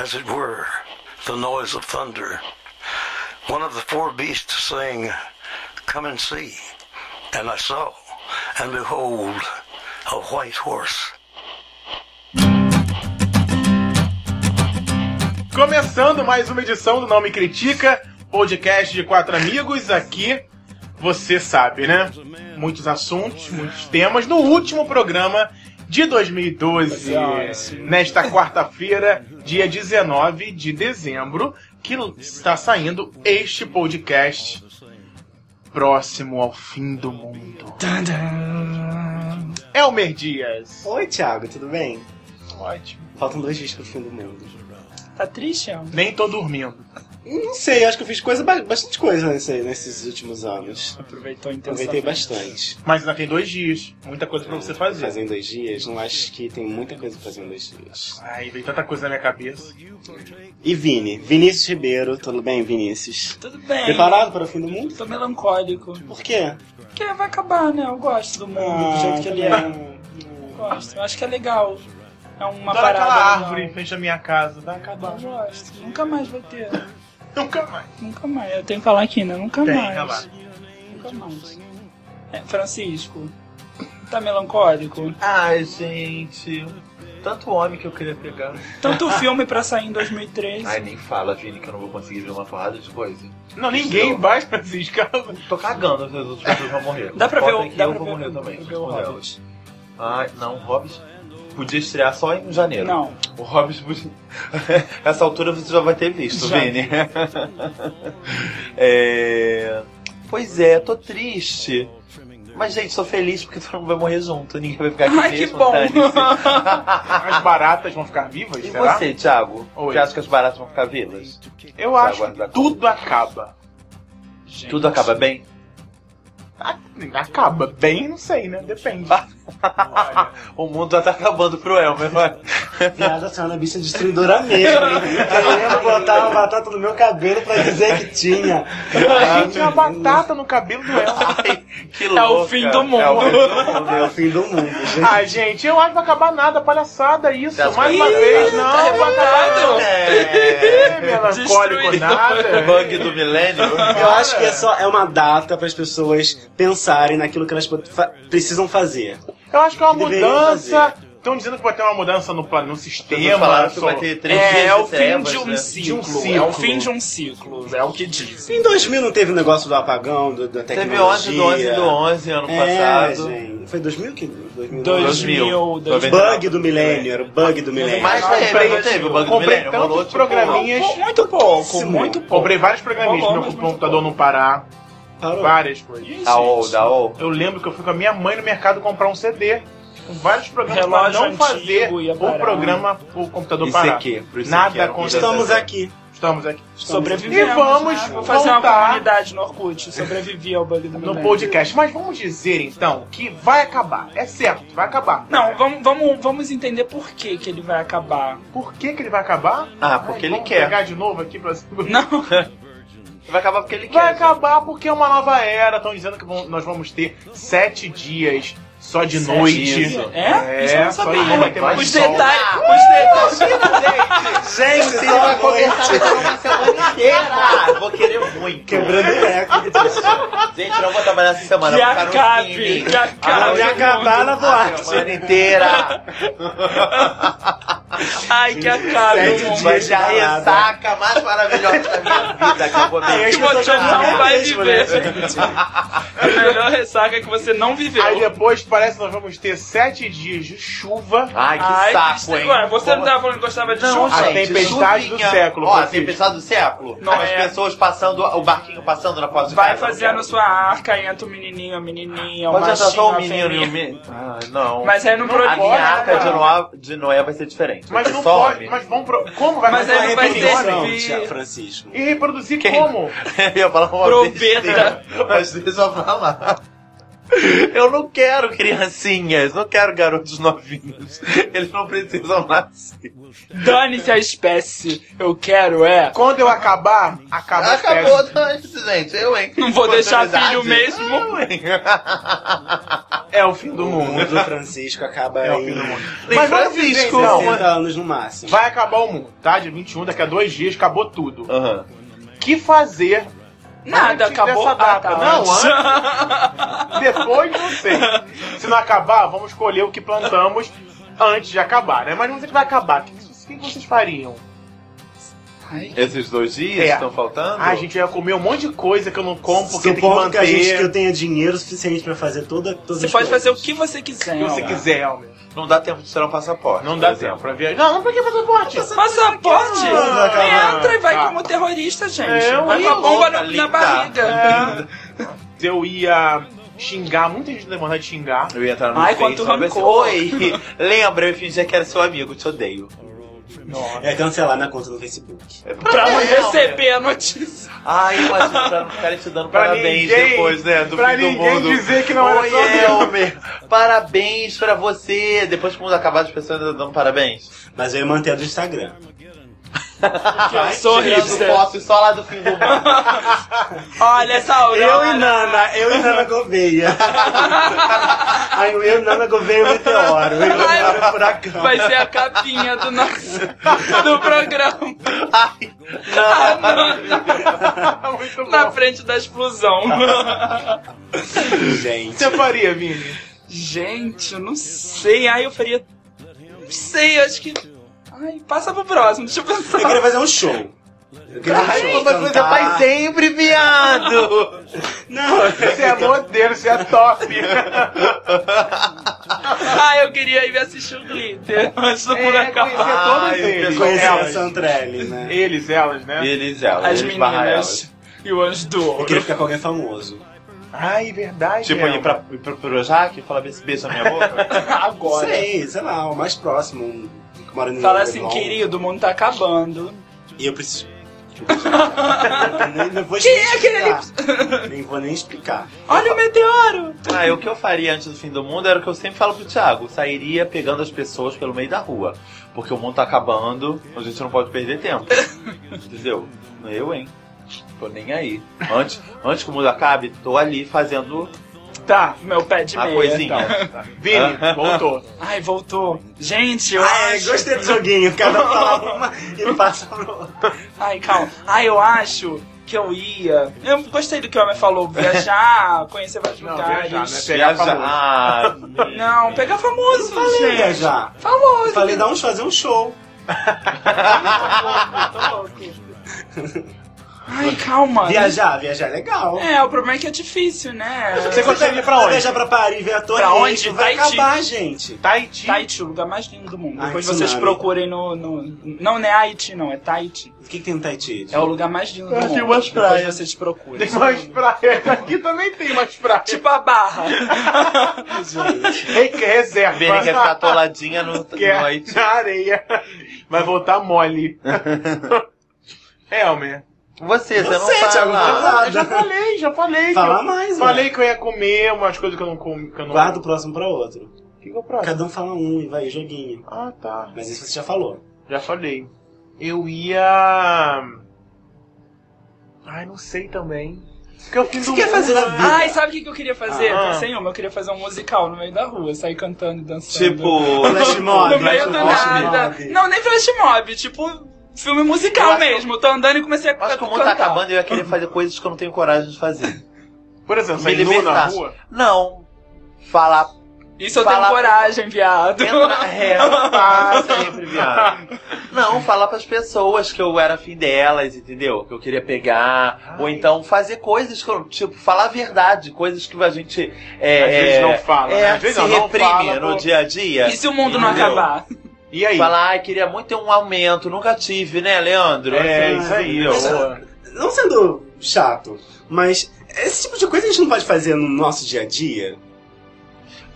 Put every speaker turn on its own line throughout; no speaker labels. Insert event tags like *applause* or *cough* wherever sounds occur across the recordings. as it were, the noise of thunder. One of the four beasts saying, Come and see. And I saw, and behold, a white horse.
Começando mais uma edição do Não Me Critica, podcast de quatro amigos. Aqui você sabe, né? Muitos assuntos, muitos temas. No último programa de 2012, nesta quarta-feira, dia 19 de dezembro, que está saindo este podcast próximo ao fim do mundo. Elmer Dias.
Oi, Thiago, tudo bem?
Ótimo.
Faltam dois dias pro fim do mundo.
Tá triste, Elmo?
Nem tô dormindo.
Não sei, acho que eu fiz coisa, ba- bastante coisa nesse- nesses últimos anos.
Aproveitou intensamente.
Aproveitei bastante.
Mas ainda tem dois dias. Muita coisa pra você fazer.
Fazer em dois dias, não acho que tem muita coisa pra fazer em dois dias.
Ai, veio tanta coisa na minha cabeça.
E Vini, Vinícius Ribeiro, tudo bem, Vinícius?
Tudo bem.
Preparado para o fim do mundo?
Tô melancólico.
Por quê?
Porque vai acabar, né? Eu gosto do mundo, do jeito que ele é. Eu
é.
gosto. Eu acho que é legal. É uma
Adoro
parada.
aquela
legal.
árvore em frente à minha casa. Vai acabar.
Eu gosto. Nunca mais vai ter.
Nunca mais.
Nunca mais. Eu tenho que falar aqui, né? Nunca
Tem, tá
mais.
acabar.
Nunca mais. É, Francisco. Tá melancólico?
Ai, gente. Tanto homem que eu queria pegar.
Tanto filme pra sair em 2013.
Ai, nem fala, Vini, que eu não vou conseguir ver uma porrada de coisa.
Não, ninguém
Não.
vai pra esses casas.
Tô cagando, as outras pessoas vão morrer.
Dá pra ver
Bota
o.
aí que
Dá
eu
pra
vou
ver,
morrer
o-
também.
pra ver o
junto com elas.
Hobbit.
Ai, não, Hobbit podia estrear só em janeiro.
Não.
O Hobbit podia... *laughs* Essa altura você já vai ter visto,
Já.
Vini. *laughs* É, Pois é, tô triste. Mas, gente, sou feliz porque todo mundo vai morrer junto. Ninguém vai ficar aqui
Ai, que
mesmo,
bom. *laughs*
dane-se.
As baratas vão ficar vivas,
E
será?
você, Thiago?
Oi.
Você acha que as baratas vão ficar vivas?
Eu acho que
Aguardar.
tudo acaba.
Tudo acaba bem?
Ah, Acaba bem, não sei, né? Depende. Olha,
O mundo já tá acabando pro Elmer, vai.
Viada, você é uma bicha destruidora mesmo, hein? Querendo botar uma batata no meu cabelo pra dizer que tinha.
a gente tinha uma batata no cabelo do Elmer.
*laughs*
Que
o
louca.
fim do mundo.
É o fim do mundo.
É o fim do mundo, gente.
Ai, gente, eu acho que vai acabar nada, palhaçada isso.
Tá
Mais uma
bom.
vez,
Ih,
não,
tá
vai acabar não. É, melancólico
Destruído.
nada.
É. Bug do milênio.
Eu acho que é só é uma data para as pessoas pensarem naquilo que elas po- fa- precisam fazer.
Eu acho que é uma
Que deveriam
mudança. Estão dizendo que vai ter uma mudança no, plano, no
Tem
sistema.
falaram
só-
que vai ter três dias
É, é
de
o fim
trevas,
de um *laughs*
né?
ciclo.
ciclo.
É o fim de um ciclo. É o que diz.
Em 2000 não teve o negócio do apagão, do, da
Teve
tecnologia.
11 do 11 do 11 ano
É,
passado.
gente. Foi 2000 que? 2000.
2000,
2000.
Bug do milênio, era o bug do milênio.
Mas
Comprei-
Ah, teve, não teve o bug do
Comprei
milênio. Rolou,
tantos
tipo,
programinhas.
é Muito pouco, muito pouco.
Comprei vários programinhas pro
Rolou,
meu
mas muito
computador não parar.
Parou.
Várias coisas.
Ih,
A OL,
gente.
da OL.
Eu lembro que eu fui com a minha mãe no mercado comprar um CD. Com vários programas pra
Relógio
não
antigo
fazer
ia
o
parar.
programa, o computador
Isso
parar.
aqui, pro isso
Nada
aqui, era um
contra-
Estamos aqui.
Estamos aqui.
Sobrevivemos.
E vamos
né? Vou fazer uma
voltar.
comunidade no Orkut. Sobrevivi ao bug do meu
No
Mac.
podcast. Mas vamos dizer então que vai acabar. É certo, vai acabar.
Não, vamos, vamos, vamos entender por que, que ele vai acabar.
Por que, que ele vai acabar?
Ah, porque ele
vamos
quer.
pegar de novo aqui pra
Não,
Vai acabar porque ele
Vai
quer.
acabar porque é uma nova era. Estão dizendo que vão- nós vamos ter sete dias só de
Sete
noite.
dias.
*laughs* é? Isso eu não
só
sabia.
de noite, é mais
Os
sol.
detalhes, os detalhes.
Gente,
Você vai
noite.
conversar com uma semana inteira. Vou querer muito.
Quebrando o leco.
Gente, eu não vou trabalhar essa semana.
Que
vou ficar no
acabe,
filme.
que acabe.
Vai acabar na boate.
Semana inteira.
Ai, que acabe.
Sete
o mundo.
Vai
dias.
ser a ressaca mais maravilhosa da minha vida que eu vou ter.
Que
Eu
você
sou
não vai
mesmo,
viver.
né, gente?
*laughs* A melhor ressaca é que você não viveu.
Aí depois parece que nós vamos ter sete dias de chuva.
Ai, que
Ai,
saco, hein?
Ué, você não
Como-
tava falando que gostava de
Não,
chuva?
a
gente,
tempestade
chuvinha.
do século,
Ó, a
Francisco.
tempestade do século.
Não,
As
é.
pessoas passando, o barquinho passando na porta de
Vai
casa,
fazendo a
não quero.
sua arca, entra o menininho, a menininha, o
Pode entrar
machinho,
é só o
a
menino e o
fêmea.
menino. Ah, não.
Mas aí não
a minha
proíbe.
arca de
cara.
Noé, de Noé vai ser diferente.
Mas não
Só um
pode.
homem.
Mas vão pro... Como vai
Mas
fazer
aí
uma
não vai ter
revisão?
esse-
Repetição, Francisco.
E reproduzir
Quem?
como?
*laughs* Eu ia falar uma
Proveta.
besteira, Mas deixa eu falar. Eu não quero criancinhas, não quero garotos novinhos. Eles não precisam nascer.
Dane-se a espécie. Eu quero é.
Quando eu acabar, acaba as
Acabou *laughs*
festas.
antes, gente. Eu, hein?
Não vou deixar
Oportunidade.
filho mesmo.
Não, hein?
É o fim do
O
mundo.
mundo Francisco acaba
É o
em
fim do mundo.
Nem
Mas vamos
Francisco,
dizer,
não.
então,
60 anos no máximo.
vai acabar o mundo, tá? Dia 21, daqui a dois dias, acabou tudo.
*laughs* Aham.
que fazer
Nada,
antes
acabou.
dessa data.
Ah, tá,
não,
antes.
*laughs* antes. Depois, não sei. Se não acabar, vamos escolher o que plantamos antes de acabar, né? Mas não sei que vai acabar. O que, o que vocês fariam?
Esses dois dias
É.
estão faltando?
Ah, a gente ia comer um monte de coisa que eu não como porque tem que
Supondo que,
manter
a gente, que eu tenha dinheiro suficiente pra fazer toda, todas
Você
as
pode
coisas.
fazer o que você quiser.
o que você
ó.
quiser, Elmer.
Não dá tempo de tirar um passaporte.
Não
por
dá
exemplo.
tempo pra viajar. Não, um não pra que passaporte?
Passaporte?
Ah, cara.
Entra e vai
Ah.
como terrorista, gente.
É,
vai
eu
com a
ia
bomba
louca,
na,
Tá. linda. É.
na barriga.
Eu ia xingar, muita gente tem vontade de xingar.
Eu ia entrar no
Ai,
Facebook,
quanto
sabe, assim,
rancor.
Oi, *laughs* lembra, eu fingia que era seu amigo, te odeio.
Nossa.
É cancelar minha conta no Facebook.
É
Pra não
mim,
receber a notícia.
Ai, imagina, pra não ficarem te dando
Pra
parabéns
ninguém-
depois, né? Do
pra
fim do
ninguém
mundo.
dizer que não era
Oi,
só eu.
Elmer, parabéns pra você. Depois que o mundo acabar, as pessoas ainda dando parabéns.
Mas eu ia manter a do Instagram.
*laughs* Sou
Tirando
hipster.
foto só lá do fim do mundo.
Olha essa aurora.
Eu e Nana, eu e Nana *laughs* Gouveia. Aí eu e Nana Gouveia e o meteoro. Eu e Nana furacão.
Vai ser a capinha do nosso do programa.
Ai,
A Nana
Tá Muito
na
bom.
frente da explosão.
O que
Gente.
você faria, Vini?
Gente, eu não sei. Ai, eu faria. Não sei, acho que. Ai, passa pro próximo, deixa eu
Eu queria
pensar.
fazer um show. Eu queria
ai,
um show,
uma coisa
cantar.
faz sempre, viado.
Não, eu-
Você é modelo, você é top.
Ai, eu queria ir assistir o Glitter.
*laughs*
Mas tô
É,
por acabar.
Ai,
eles.
conhecer a
Ah, Elas,
Santrelli, né?
eles, elas, né?
Eles, elas,
As
é. eles barra elas.
meninas e o anjo do
Eu queria
ouro.
ficar com alguém famoso.
Ai, verdade.
Tipo,
mesmo.
ir pra, ir pro Projac e falar desse beijo na
*laughs*
minha boca.
agora.
Sei, sei lá, o mais próximo. Um, que mora no
Fala assim,
Leblon.
querido, o mundo tá acabando.
E eu *laughs* preciso. nem, não vou
Quem
nem
é aquele ali?
explicar. Nem vou nem explicar.
Olha o meteoro!
ah, e o que eu faria antes do fim do mundo era o que eu sempre falo pro Thiago. Sairia pegando as pessoas pelo meio da rua. Porque o mundo tá acabando, a gente não pode perder
*laughs*
tempo. Entendeu? Eu, hein? Tô nem aí. Antes, antes que o mundo acabe, tô ali fazendo
Tá, meu pé de
a
meia.
coisinha.
então.
Vini,
Tá,
voltou.
Ai, voltou. Gente, eu
Ah, é,
acho...
gostei do joguinho. Cada um fala uma e passa pro outro.
Ai, calma. Ai, eu acho que eu ia... Eu gostei do que o homem
*laughs*
falou. Viajar, conhecer vários
Não,
lugares.
viajar, né? Pegar
Viajar.
famoso.
Ah,
Não, pegar famoso, gente.
né?
Falei já.
Famoso.
Falei, dá um show, fazer um show.
Tô louco. Ai, calma.
Viajar, viajar é legal.
É, o problema é que é difícil, né?
Você gostaria pra
Vai
onde?
Viajar pra Paris, ver a Torre
Pra
Eiffel,
onde?
Vai
Tahiti.
acabar, gente.
Tahiti.
Tahiti, o lugar mais lindo do mundo.
Ai,
Depois
tsunami.
vocês procurem no, no- Não, não é Haiti, não. É Tahiti.
O que, que tem no Tahiti?
É o lugar mais lindo do
Eu
mundo.
achei umas
Depois
praias.
vocês procurem.
Tem mais praias. Aqui também tem mais praias.
Tipo a barra.
Ei, que reserva.
Vini quer
tá
ficar atoladinha no,
Quer
noite.
na areia. Vai voltar
*laughs*
mole. Elmer.
Você, você, não tá
Você,
fala.
Thiago, não tá. fala.
Eu Ah, já falei, já falei.
*laughs* Fala
que eu-
mais,
Falei que eu ia comer umas coisas que eu não como. Que eu não...
Guarda o próximo pra outro.
Fica o próximo.
Cada um fala um e vai, joguinho.
Ah, tá.
Mas isso você já falou.
Já falei. Eu ia. Ai, não sei também. Porque eu fiz um
O que você quer fazer na vida?
Ai, sabe o que que eu queria fazer?
Ah.
Pensei em uma, eu queria fazer um musical no meio da rua, sair cantando e dançando.
Tipo,
Flash mob.
no meio do
flash
nada.
mob.
Não, nem flash mob, tipo filme
Eu
musical
acho-
mesmo. Tô andando e comecei a
acho que o mundo tá
cantar.
acabando e eu ia querer fazer coisas que eu não tenho coragem de fazer.
Por exemplo,
Me
sair nu na
libertar. *laughs*
rua.
Não. Falar
Isso eu
Fala-
tenho coragem,
*laughs*
viado.
Entra- É, tá sempre, viado. Não, falar pras pessoas que eu era afim delas, entendeu? Que eu queria pegar. Ou então fazer coisas que eu, tipo, falar a verdade, coisas que a gente. É,
Às vezes não fala,
É,
né? Às vezes não,
se
não
reprime
fala,
no
pô.
dia a dia.
E se o mundo não
Entendeu?
acabar?
E aí?
Falar, ai, queria muito ter um aumento, nunca tive, né, Leandro?
É,
Assim,
isso aí, né?
entendeu?
ó.
Não sendo chato, mas esse tipo de coisa a gente não pode fazer no nosso dia a dia.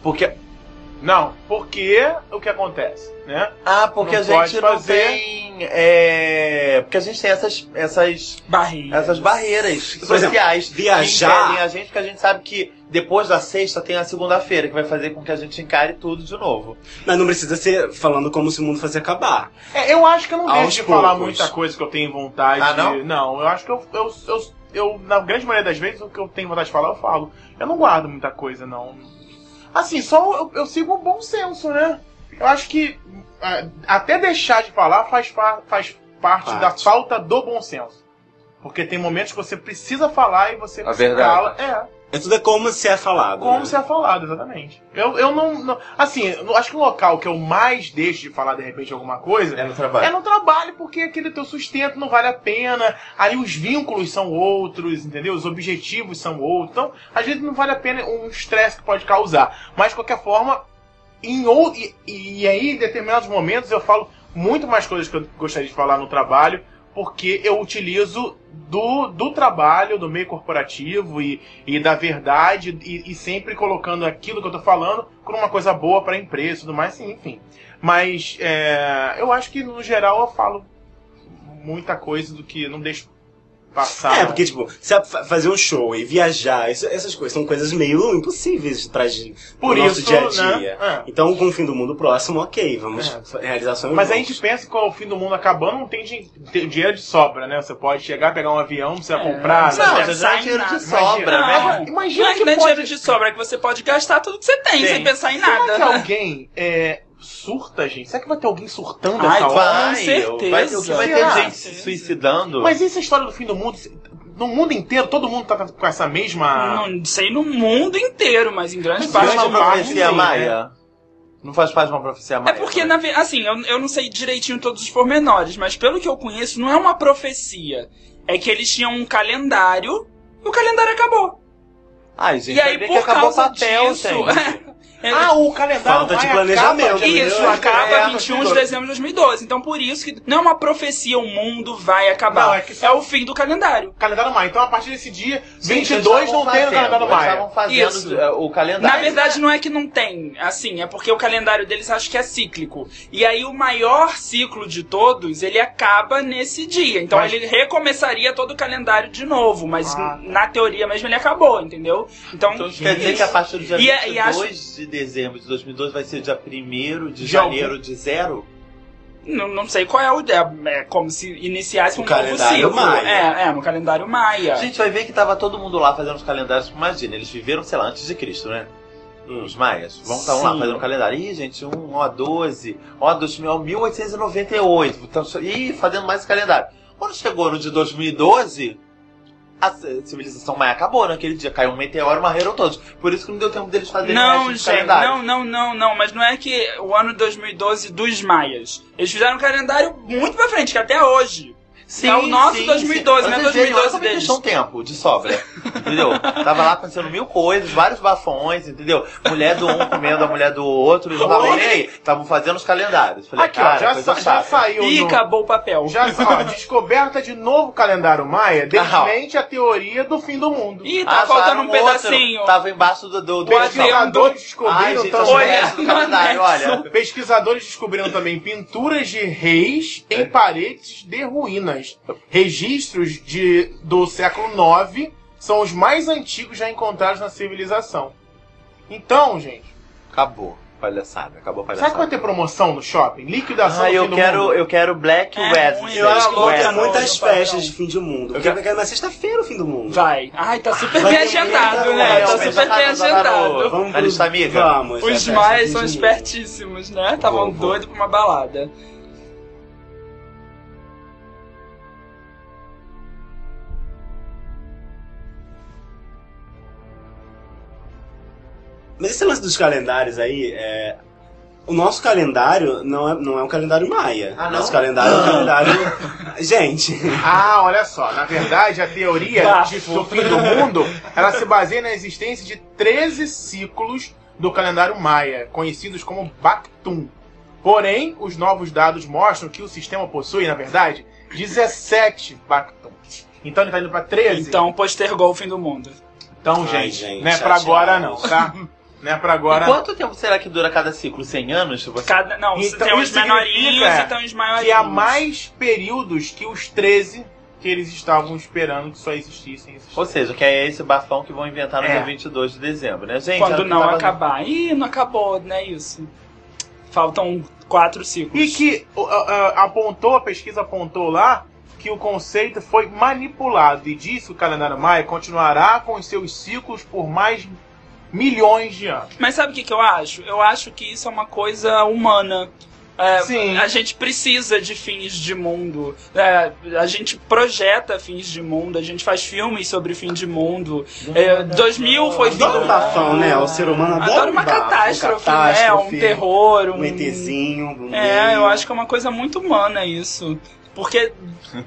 Porque.
Não, porque o que acontece, né?
Ah, porque
Não
a gente
pode
não
fazer.
tem. É, porque a gente tem essas. essas
Barriga.
essas barreiras
Por exemplo,
sociais
viajar.
que impedem a gente, porque a gente sabe que depois da sexta tem a segunda-feira, que vai fazer com que a gente encare tudo de novo.
Mas não precisa ser falando como se o mundo fosse acabar.
É, eu acho que eu não
Aos
deixo de falar
poucos.
muita coisa que eu tenho vontade.
Ah, não?
eu acho que eu, eu, eu, eu, na grande maioria das vezes, o que eu tenho vontade de falar, eu falo. Eu não guardo muita coisa, não. Assim, só eu, eu sigo o bom senso, né? Eu acho que ah, até deixar de falar faz, par- faz parte,
Parte.
da falta do bom senso. Porque tem momentos que você precisa falar e você
A verdade.
cala. É,
É tudo é como se é falado.
como
né?
se é falado, exatamente. Eu, eu não, não- Assim, eu acho que o local que eu mais deixo de falar de repente alguma coisa
É no trabalho.
é no trabalho, porque aquele teu sustento não vale a pena, aí os vínculos são outros, entendeu? Os objetivos são outros. Então, às vezes não vale a pena um estresse que pode causar. Mas, de qualquer forma, em ou... e, e aí, em determinados momentos, eu falo muito mais coisas que eu gostaria de falar no trabalho, porque eu utilizo do, do trabalho, do meio corporativo e, e da verdade, e, e sempre colocando aquilo que eu tô falando como uma coisa boa para a empresa e tudo mais, sim, enfim. Mas é, eu acho que no geral eu falo muita coisa do que não deixo passar.
É, porque, tipo, se a- fa- fazer um show e viajar, isso- essas coisas são coisas meio impossíveis pra gente,
Por
pro
isso,
nosso dia a dia.
né? é.
Então, com o fim do mundo próximo, ok, vamos
É.
fa- realizar sonhos
Mas a
novos.
gente pensa que com o fim do mundo acabando não tem din- tem dinheiro de sobra, né? Você pode chegar, pegar um avião, não precisa
É.
comprar.
Não,
né?
já sai nada.
Imagina.
né?
Não.
Agora,
Não.
Imagina
Não é que
que
não é
pode...
dinheiro de sobra, é que você pode gastar tudo que você tem,
Tem.
sem pensar em
Será
nada.
que
né?
alguém é, surta, gente? Será que vai ter alguém surtando
Ai,
essa hora?
Vai,
certeza.
vai ter, o que vai ter
Será?
gente se suicidando.
Mas e essa história do fim do mundo? No mundo inteiro, todo mundo tá com essa mesma...
Não sei no mundo inteiro, mas em grande
Mas
faz
parte
Ah. grande
uma
do
parte,
mundo.
profecia
sim, né?
maia. Não faz parte de uma profecia
É
maia.
porque,
né?
na ve- assim, eu, eu não sei direitinho todos os pormenores, mas pelo que eu conheço, não é uma profecia. É que eles tinham um calendário e o calendário acabou.
Ai, gente,
E
vai
aí,
ver que
por
acabou o
causa
papel,
disso- *laughs*
gente.
É-
Ah, o calendário
Falta de
vai,
planejamento,
acaba,
né?
isso,
entendeu?
acaba
É,
21 de dezembro de 2012. Então, por isso que não é uma profecia, o mundo vai acabar.
Não, é que só-
o fim do calendário.
Calendário Maia. Então, a partir desse dia,
Gente, eles
22 não
estavam
tem no
fazendo,
calendário
eles
Maia.
estavam fazendo
Isso.
eh, o calendário.
Na verdade, não é que não tem, assim, é porque o calendário deles acho que é cíclico. E aí o maior ciclo de todos, ele acaba nesse dia. Então
Mas-
ele recomeçaria todo o calendário de novo, mas
Ah, tá.
na teoria mesmo ele acabou, entendeu? Então,
Então isso quer dizer que a partir do dia
E a- e
22 de dezembro de 2012 vai ser dia 1 de
De algum-
janeiro de zero?
não, não sei qual é o é, é como se iniciasse
O
um novo
calendário
ciclo.
maia.
É, é, no calendário maia.
Gente, vai ver que tava todo mundo lá fazendo os calendários. Imagina, eles viveram, sei lá, antes de Cristo, né? Os maias. Vão estar lá
Sim.
fazendo o calendário. Ih, gente, um, ó, 12, ó, 2000, ó, 1898. Então, só- ih, fazendo mais calendário. Quando chegou no de 2012, a c- civilização maia acabou naquele dia. Caiu um meteoro e marreram todos. Por isso que não deu tempo deles fazerem o
Não,
resto de
gente,
tá calendário.
não, não, não, não, mas não é que o ano 2012 dos maias. Eles fizeram um calendário muito pra frente, que até hoje.
Sim,
É o nosso 2012,
Mas
né?
eles viram,
2012
olha como é que
deles.
eles tinham tempo de sobra, entendeu? Tava lá acontecendo mil coisas, vários bafões, entendeu? Mulher do um comendo a mulher do outro, eles não estavam nem aí. Estavam fazendo os calendários. Falei,
Aqui, ó,
cara,
já,
coisa
sa- já
chata.
saiu
Ih,
no...
acabou o papel.
Já,
*laughs*
ó, descoberta de novo calendário Maia desmente a teoria do fim do mundo.
Ih, tá
Acharam
faltando um
Ah, outro, Tá-
pedacinho.
Tava embaixo do... do, do
avião.
Pesquisadores
Ai,
descobriram
gente,
também.
olha,
Olha,
olha,
*laughs*
do calendário,
anexo.
olha.
Pesquisadores descobriram também pinturas de reis em
É.
paredes de ruínas. Registros de, do século IX são os mais antigos já encontrados na civilização. Então, gente,
Acabou. Palhaçada, acabou
será
a
que vai
palhaçada.
ter promoção no shopping? Liquidação
Ah,
do fim
eu
do
quero,
mundo?
eu quero Black
É,
Wednesday.
eu acho que
Vão
Ué,
ter
não,
muitas
no papel.
festas de fim de mundo. Porque vai cair na sexta-feira o fim do mundo.
Vai. Ai, tá super
Vai
bem
ter
agendado,
muita
né?
coisa,
Tá
mas
super bem agendado.
Vamos
A lista amiga?
Vamos. é
Os
festa
maias
de
são
fim de mundo.
espertíssimos, né? Estavam
Vou, vou.
doidos pra uma balada.
Mas esse lance dos calendários aí, é... o nosso calendário não é, não é um calendário maia.
Ah, não?
Nosso calendário é um calendário. Gente, *laughs*
Ah, olha só, na verdade a teoria
Bafo.
de, do fim do mundo, ela se baseia na existência de 13 ciclos do calendário maia, conhecidos como Bactum. Porém, os novos dados mostram que o sistema possui, na verdade, 17 Bactum. Então ele tá indo pra 13.
Então postergou o fim do mundo.
Então,
Ai,
gente,
gente,
não é pra
chateado.
agora não, tá? Não é pra agora
E
não.
quanto tempo será que dura cada ciclo? 100 anos? Se Você...
Cada, não,
Então,
tem os
isso significa,
menorinhos
é,
e tem os maiorinhos.
Que há mais períodos que os 13 que eles estavam esperando que só existissem. existissem.
Ou seja, que é esse bafão que vão inventar no
É.
dia 22 de dezembro, né, gente? Era o
Quando
que
não
tava-
acabar. Ih, não acabou, né? Isso. Faltam quatro ciclos.
E que ó, ó, apontou, a pesquisa apontou lá, que o conceito foi manipulado e diz que o calendário Maia continuará com os seus ciclos por mais milhões de anos.
Mas sabe o que, que eu acho? Eu acho que isso é uma coisa humana. É,
Sim.
A gente precisa de fins de mundo. É, a gente projeta fins de mundo, a gente faz filmes sobre fim de mundo. É, 2000 foi fim
Adora um
do
bafão, né? O ser humano adora,
Adoro
um
uma
bafo,
catástrofe, né? Um
catástrofe,
terror, um.
Um ETzinho. Um
É, eu acho que é uma coisa muito humana isso.
*laughs*
Porque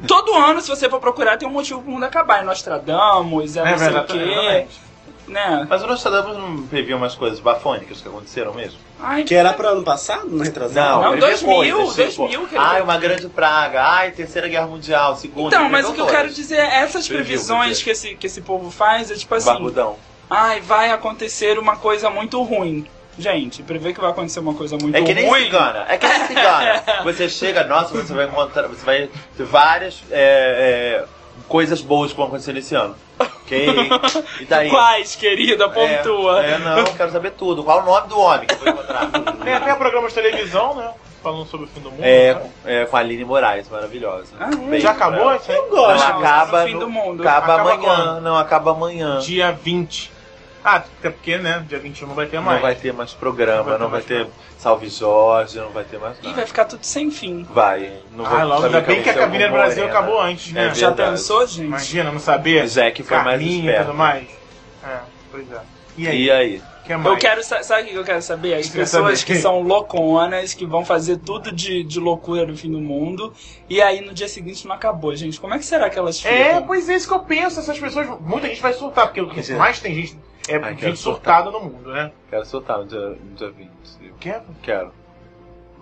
todo ano, se você for procurar, tem um motivo pro mundo acabar. É Nostradamus, é,
É
não sei o
verdade,
quê.
exatamente.
Né?
Mas o Nostradamus não previu umas coisas bafônicas que aconteceram mesmo?
Ai,
Que é era pra ano passado, não retrasado?
Não,
ele
dois
viu
mil,
coisas,
dois
tipo,
mil que ele
Ai,
viu.
uma grande praga. Ai, terceira guerra mundial, segunda.
Então,
ele
mas
né?
o que
inventou
eu quero
todas.
dizer é essas
Previu, quer
previsões
dizer.
que esse, que esse povo faz é tipo assim.
Barbudão.
Ai, vai acontecer uma coisa muito ruim. Gente, prever que vai acontecer uma coisa muito
É que nem
ruim.
cigana, é que nem cigana.
*laughs*
Você chega, nossa, você vai encontrar, você vai ter várias é, é, coisas boas que vão acontecer nesse ano. Ok?
*laughs*
E daí?
Quais, querida, pontua.
É, é, não, eu quero saber tudo. Qual o nome do homem que eu vou
*laughs*
encontrar?
Tem até programas de televisão, né? Falando sobre o fim do mundo.
é,
né?
é, com a Aline Moraes, maravilhosa.
Ah, é?
Beijo
Já
pra
acabou
ela.
isso aí?
Não,
Não,
acaba,
é o fim
no-
do mundo.
acaba
Acaba
amanhã.
quando?
Não, acaba amanhã.
Dia 20. Ah, até porque, né? Dia 21 não vai ter mais.
Não vai ter mais programa, não vai ter, Salve Jorge, não vai ter mais
E
nada.
vai ficar tudo sem fim.
Vai, não
Ah, logo, ainda bem que a cabine do
do
Brasil acabou antes, né?
É
Já
verdade.
pensou, gente?
Imagina, não saber.
O Zeke foi mais
Carminho e
esperto.
tudo mais. É, pois é. E aí?
E aí?
que mais?
Eu quero, sa- sabe o que eu quero saber? As
que eu quero
pessoas
saber?
que são louconas, que vão fazer tudo de, de loucura no fim do mundo, e aí no dia seguinte não acabou, gente. Como é que será que elas ficam?
É, pois é isso que eu penso. Essas pessoas. Muita gente vai surtar, porque o que
Pois é.
mais tem gente. É
Ai, quero
gente surtada no mundo, né?
Quero soltar no dia, no dia 20. Eu
Quero.
quero.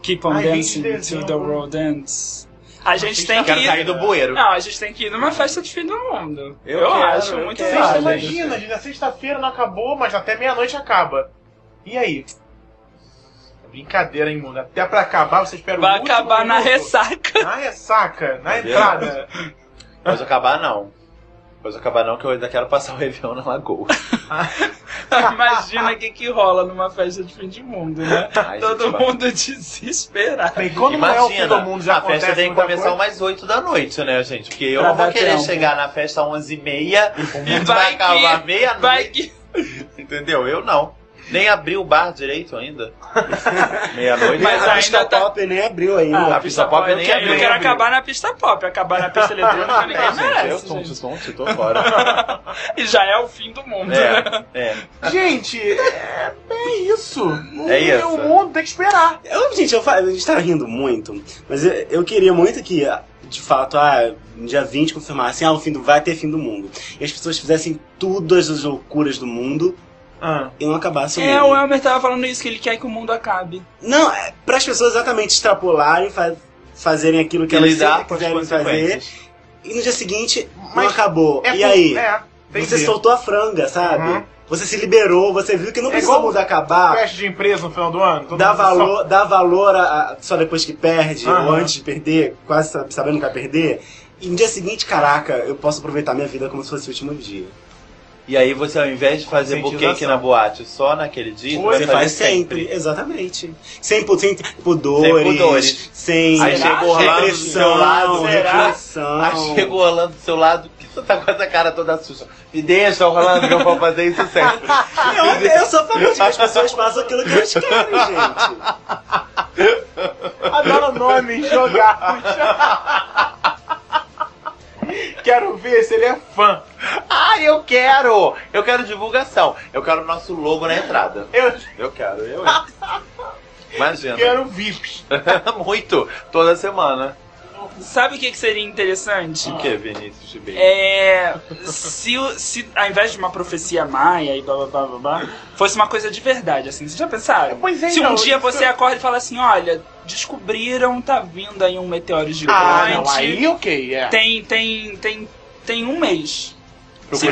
Keep on
Ai,
dancing
20 de
till the
dezembro.
world ends. A gente tem que
Quero sair
ir...
do bueiro.
Não, a gente tem que ir numa festa de fim do mundo.
Eu
Eu,
quero,
acho
eu
muito
quero.
legal,
Sexta,
Sexta,
gente.
imagina, gente, na sexta-feira não acabou, mas até meia-noite acaba. E aí? Brincadeira, hein, mundo? Até pra acabar, você espera o
Vai
último
acabar na
minuto.
*laughs*
ressaca. *laughs*
Na ressaca, na
Entendeu?
entrada.
Mas acabar não. Mas acabar não, que eu ainda quero passar o *laughs* Réveillon
*laughs*
na Lagoa.
Imagina o que, que rola numa festa de fim de mundo, né?
Ai,
Todo
gente, vai-
mundo *laughs* desesperado.
E quando não é o fim
Imagina,
do mundo, já
a festa
acontece
tem que
muita
começar
coisa.
umas 8 da noite, né, gente? Porque eu
Pra
não vou
dar
querer
tempo.
chegar na festa às 11h30, o
E
mundo vai
vai
acabar
que, vai
meia-noite,
que
entendeu? Eu não. Nem abri o bar direito ainda. meia-noite. Ah,
Mas
a
ainda
pista
tá- Ah.
pop nem abriu um- ainda.
a pista pop
eu
nem é
quero, eu
abriu.
quero acabar na pista pop, acabar na
*laughs*
pista eletrônica
Ah,
ninguém
gente, eu
merece.
sou um
gente.
tonto, tô fora.
E já é o fim do mundo. né?
É, é.
Gente, é, é isso. O-
É isso.
O mundo tem que esperar.
Eu, gente, eu, fa- a gente tá rindo muito, mas eu, eu queria muito que, de fato, ah, no dia 20 confirmassem, ah, o fim do, vai ter fim do mundo. E as pessoas fizessem todas as loucuras do mundo
Ah,
e não acabasse o
É,
mundo.
o Elmer tava falando isso, que ele quer que o mundo acabe.
Não, é para as pessoas exatamente extrapolarem, fa- fazerem aquilo que
E
elas
lidar
sempre
com as
quiserem fazer.
consequências.
E no dia seguinte, não
Mas
acabou.
é
e
com-
aí?
É, tem
você
que ver.
soltou a franga, sabe?
Uhum.
Você se liberou, você viu que não
É
precisa
igual
o mundo acabar.
Festa de empresa no final do ano. todo
Dá
mundo só- *laughs*
valor, dá valor a- a- só depois que perde,
Aham.
ou antes de perder, quase sab- sabendo que vai perder. E no dia seguinte, caraca, eu posso aproveitar minha vida como se fosse o último dia.
E aí você, ao invés de fazer
Conscientização.
buquê na boate só naquele dia,
Ou
você
vai
faz
fazer
sempre. exatamente. Sem, pu- sem pudores,
Sem
sem,
pudores. Aí
Será,
chegou lá do seu lado,
repressão,
será?
repressão.
Aí chegou o Orlando do seu lado, que você tá com essa cara toda suja. Me deixa, Orlando, que eu vou fazer isso sempre. *laughs*
Ah, Eu, eu só falo que as pessoas façam aquilo que elas querem,
*laughs*
gente.
Adoro nomes jogados. *laughs* Quero ver se ele é fã.
Ai, Ah, eu quero! Eu quero divulgação. Eu quero o nosso logo na entrada.
Eu
Eu quero, eu. *laughs* hein? Imagina.
quero VIPs.
Muito. Toda semana.
Sabe o que, que seria interessante?
O que, Vinícius de Bem?
É. Se, o- se ao invés de uma profecia maia e blá blá blá blá blá, fosse uma coisa de verdade, assim, vocês já pensaram?
Pois é,
se um
não,
dia
isso-
você acorda e fala assim, olha, descobriram, tá vindo aí um
Ah,
meteoro gigante.
ok, é.
Tem, tem, tem, tem um mês.
Procura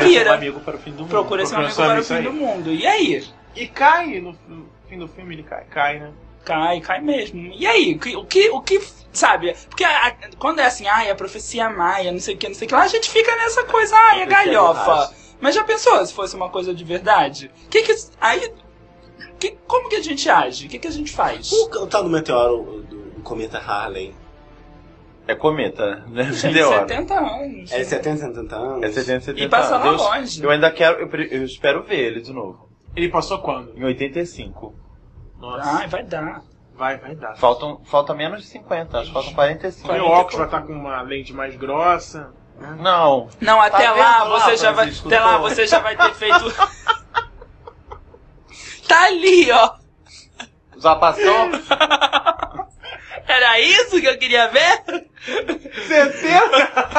se vira.
um amigo para o fim do mundo.
Procura esse
né? procura
amigo
só isso
para o fim
aí.
do mundo. E aí?
E cai no no fim do filme, ele cai. Cai, né?
Cai, cai mesmo. E aí, o que, o que, o que sabe? Porque a- a- quando é assim, ai, a profecia maia, não sei o que, não sei o que lá, a gente fica nessa coisa, ai, é
Profecia
galhofa.
errada.
Mas já pensou se fosse uma coisa de verdade? Que que, aí, que, como que a gente age? O que, que a gente faz?
O tal do meteoro do, do cometa Harley.
É cometa, né?
Gente,
Deu hora.
70 anos.
É 70, 70 anos.
É 70, 70
E passa lá
anos. Eu-
longe.
Eu ainda quero, eu, pre- eu espero ver ele de novo.
Ele passou quando?
Em 85.
Nossa.
Ai, vai dar.
Vai, vai dar.
Faltam, falta menos de 50, acho que faltam 45.
Meu óculos vai estar com uma lente mais grossa. *laughs*
Não.
Não, até
Tá
lá
vendo lá,
você já vai.
Francisco,
Até lá
pô?
você já vai ter feito. *laughs* tá ali, ó.
Já passou?
Era isso que eu queria ver?
60?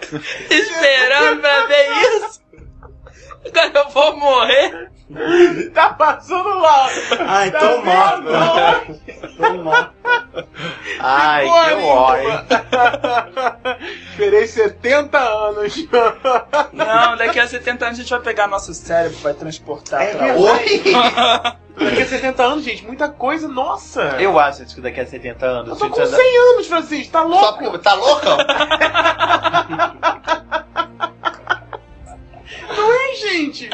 *laughs* Esperando pra ver isso? Quando eu for morrer.
Tá passando lá.
Ai,
Tá
tô
vendo? Tá
morta. Tô morta.
Ai,
Ficou
que Então,
ali,
ó, hein?
Esperei 70 anos.
Não, daqui a 70 anos a gente vai pegar nosso cérebro, vai transportar
É
pra
verdade.
outra.
Oi?
Daqui a 70 anos, gente, muita coisa, nossa.
*laughs* Eu acho gente, que daqui a 70 anos.
Eu
a
tô
gente
com
já-
100 anos, Francisco, tá
Só
louco?
porque- Tá *laughs* loucão?
Não é, gente?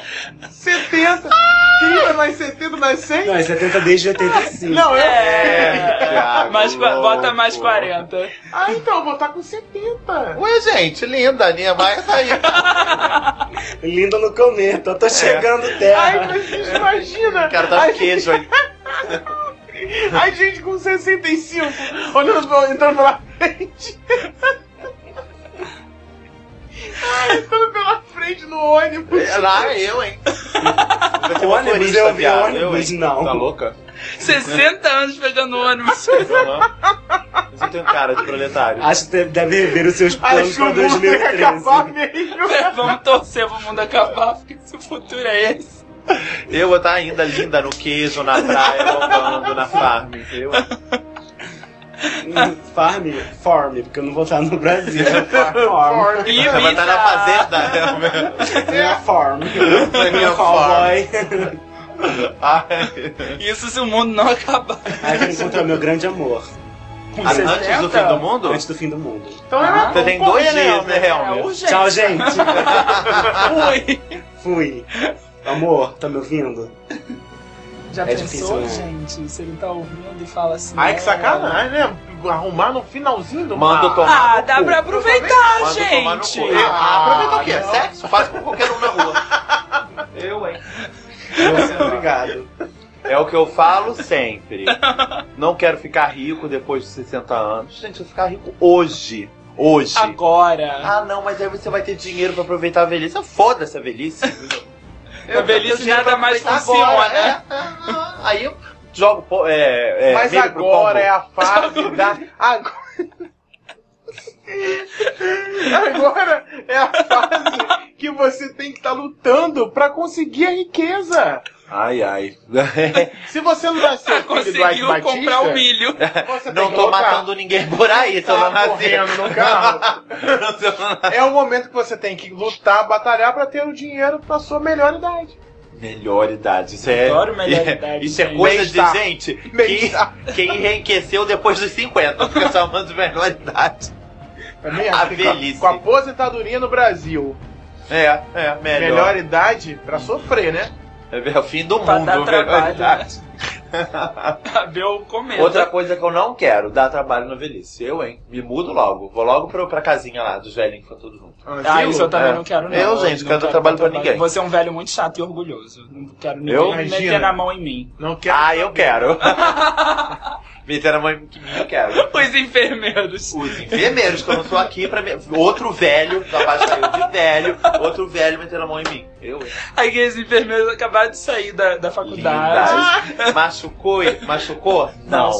70,
Ah!
30 mais 70 mais 100?
Não, é 70 desde 85.
Não, é.
É.
Thiago,
Mais, qua-
louco.
bota mais 40.
Ah, então, eu vou estar com 70.
Ué, gente, linda, né? Vai sair.
Linda no cometa,
É.
eu tô chegando
Ai,
terra.
Francisco, imagina.
O cara tá
Ai,
no queijo *laughs* aí.
Ai, gente, com 65, olhando pra, entrando pela frente. Ai, entrando pela frente no ônibus.
Lá eu, hein?
*laughs*
Vai ser
O ônibus,
motorista,
eu vi
viado,
ônibus,
eu, hein?
não.
Tá louca?
60 anos pegando ônibus.
Você tem cara de proletário.
Acho que deve- deve rever os seus planos
Acho que
pra
o mundo ia acabar
2013.
mesmo.
*laughs* Vamos torcer pro mundo acabar, porque esse futuro é esse.
Eu vou estar ainda linda no queijo, na praia, bombando, na farm. Eu,
Hum, Farm? Farm, porque eu não vou estar no Brasil. Farm.
Ford.
E
Você vai estar na
vida.
fazenda. né,
Minha farm.
Minha
Meu cowboy.
Ai.
ah, Isso se o mundo não acabar.
Aí eu encontrar meu grande amor.
Ah, Antes do fim do mundo?
Antes do fim do mundo.
Então é uma
Ah. Você tem
concorrência,
dois dias, né,
É
realmente?
urgente.
Tchau,
*laughs*
gente.
Ui.
Fui. Amor, tá me ouvindo?
Já
É
pensou,
né?
difícil,
gente? Se ele tá ouvindo e fala assim.
Ai, que
"É,
sacanagem, né? Arrumar no finalzinho do
Manda
mar.
o tomar.
Ah, dá pra aproveitar,
Manda tomar no
gente.
cu. Ah, aproveita o quê? Sexo? Faz com qualquer um na rua. *laughs* Eu, hein?
Você, obrigado.
É o que eu falo sempre. Não quero ficar rico depois de 60 anos. Gente, eu vou ficar rico hoje. Hoje.
Agora.
Ah, não, mas aí você vai ter dinheiro pra aproveitar a velhice. Ah, Foda-se a *laughs* velhice.
A velhice
dinheiro
nada
pra
mais
aproveitar
funciona,
agora,
né?
é. Ah, Aí eu jogo. po- É, é,
Mas
milho pro pombo.
agora é a
*laughs*
fase da. Agora... Agora é a fase que você tem que estar lutando pra conseguir a riqueza.
*laughs* Ai, ai.
Se você não nasceu filho do Ike
Conseguiu
Batista,
comprar o milho.
É.
Você
não
tem que
tô
lutar.
matando ninguém por aí, tô
Tá
lá na
correndo no carro. É o momento que você tem que lutar, batalhar pra ter o dinheiro pra sua melhor idade.
Melhor idade. Isso é,
Adoro melhor idade,
isso é
gente. tá.
coisa
Bem-estar.
de gente que,
Bem-estar.
que enriqueceu depois dos 50, fica chamando de melhor idade.
É meio
A
assim, com
velhice.
Com a aposentadoria no Brasil,
É, é, melhor.
melhor idade pra sofrer, né?
É o fim do
Pra
mundo,
dar
melhor
trabalho, né? *laughs*
idade.
Pra ver o começo.
Outra coisa que eu não quero, dar trabalho na velhice. Eu, hein? Me mudo logo. Vou logo pra, pra casinha lá dos velhinhos que foi todo junto.
Ah,
Zilo,
isso eu também
É.
não quero, não.
Eu, gente,
não
quero dar trabalho pra
dar
ninguém.
Você é um velho muito chato e orgulhoso. Não quero ninguém
Eu?
meter
Imagina.
na mão em mim.
Não quero.
Ah, eu quero.
*laughs*
Meter a mãe que me eu quero.
Os enfermeiros.
Os enfermeiros, que eu não tô aqui pra. Me... Outro velho, rapaz saiu de velho, outro velho metendo a mão em mim. Eu, hein?
Aqueles enfermeiros acabaram de sair da, da faculdade.
Lindade. Machucou? e- Machucou? Não.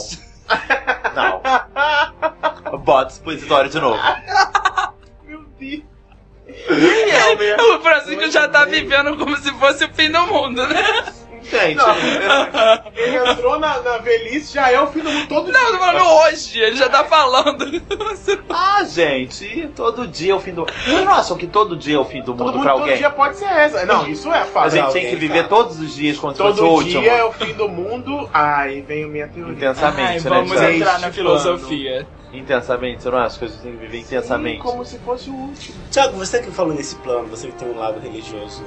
Não. Bota o expositório de novo.
Meu Deus.
O Francisco já tá vivendo como se fosse o fim do mundo, *laughs* né?
Gente,
Ele entrou na, na velhice, já é o fim do mundo todo
Não, eu tô falando hoje, ele já tá falando.
ah, gente, todo dia é o fim do mundo. Vocês não acham que todo dia é o fim do mundo
Todo mundo
pra
todo
alguém?
dia pode ser essa. Não, isso é
A
fato.
gente tem que viver todos os dias como se fosse o
Todo
último.
dia é o fim do mundo. Ai, vem a minha teoria.
Ai,
Intensamente, né?
vamos
Thiago?
gente?
entrar na filosofia.
Intensamente, você não acha que a gente tem que viver intensamente?
Como se fosse o último.
Tiago, você que falou nesse plano, você que tem um lado religioso.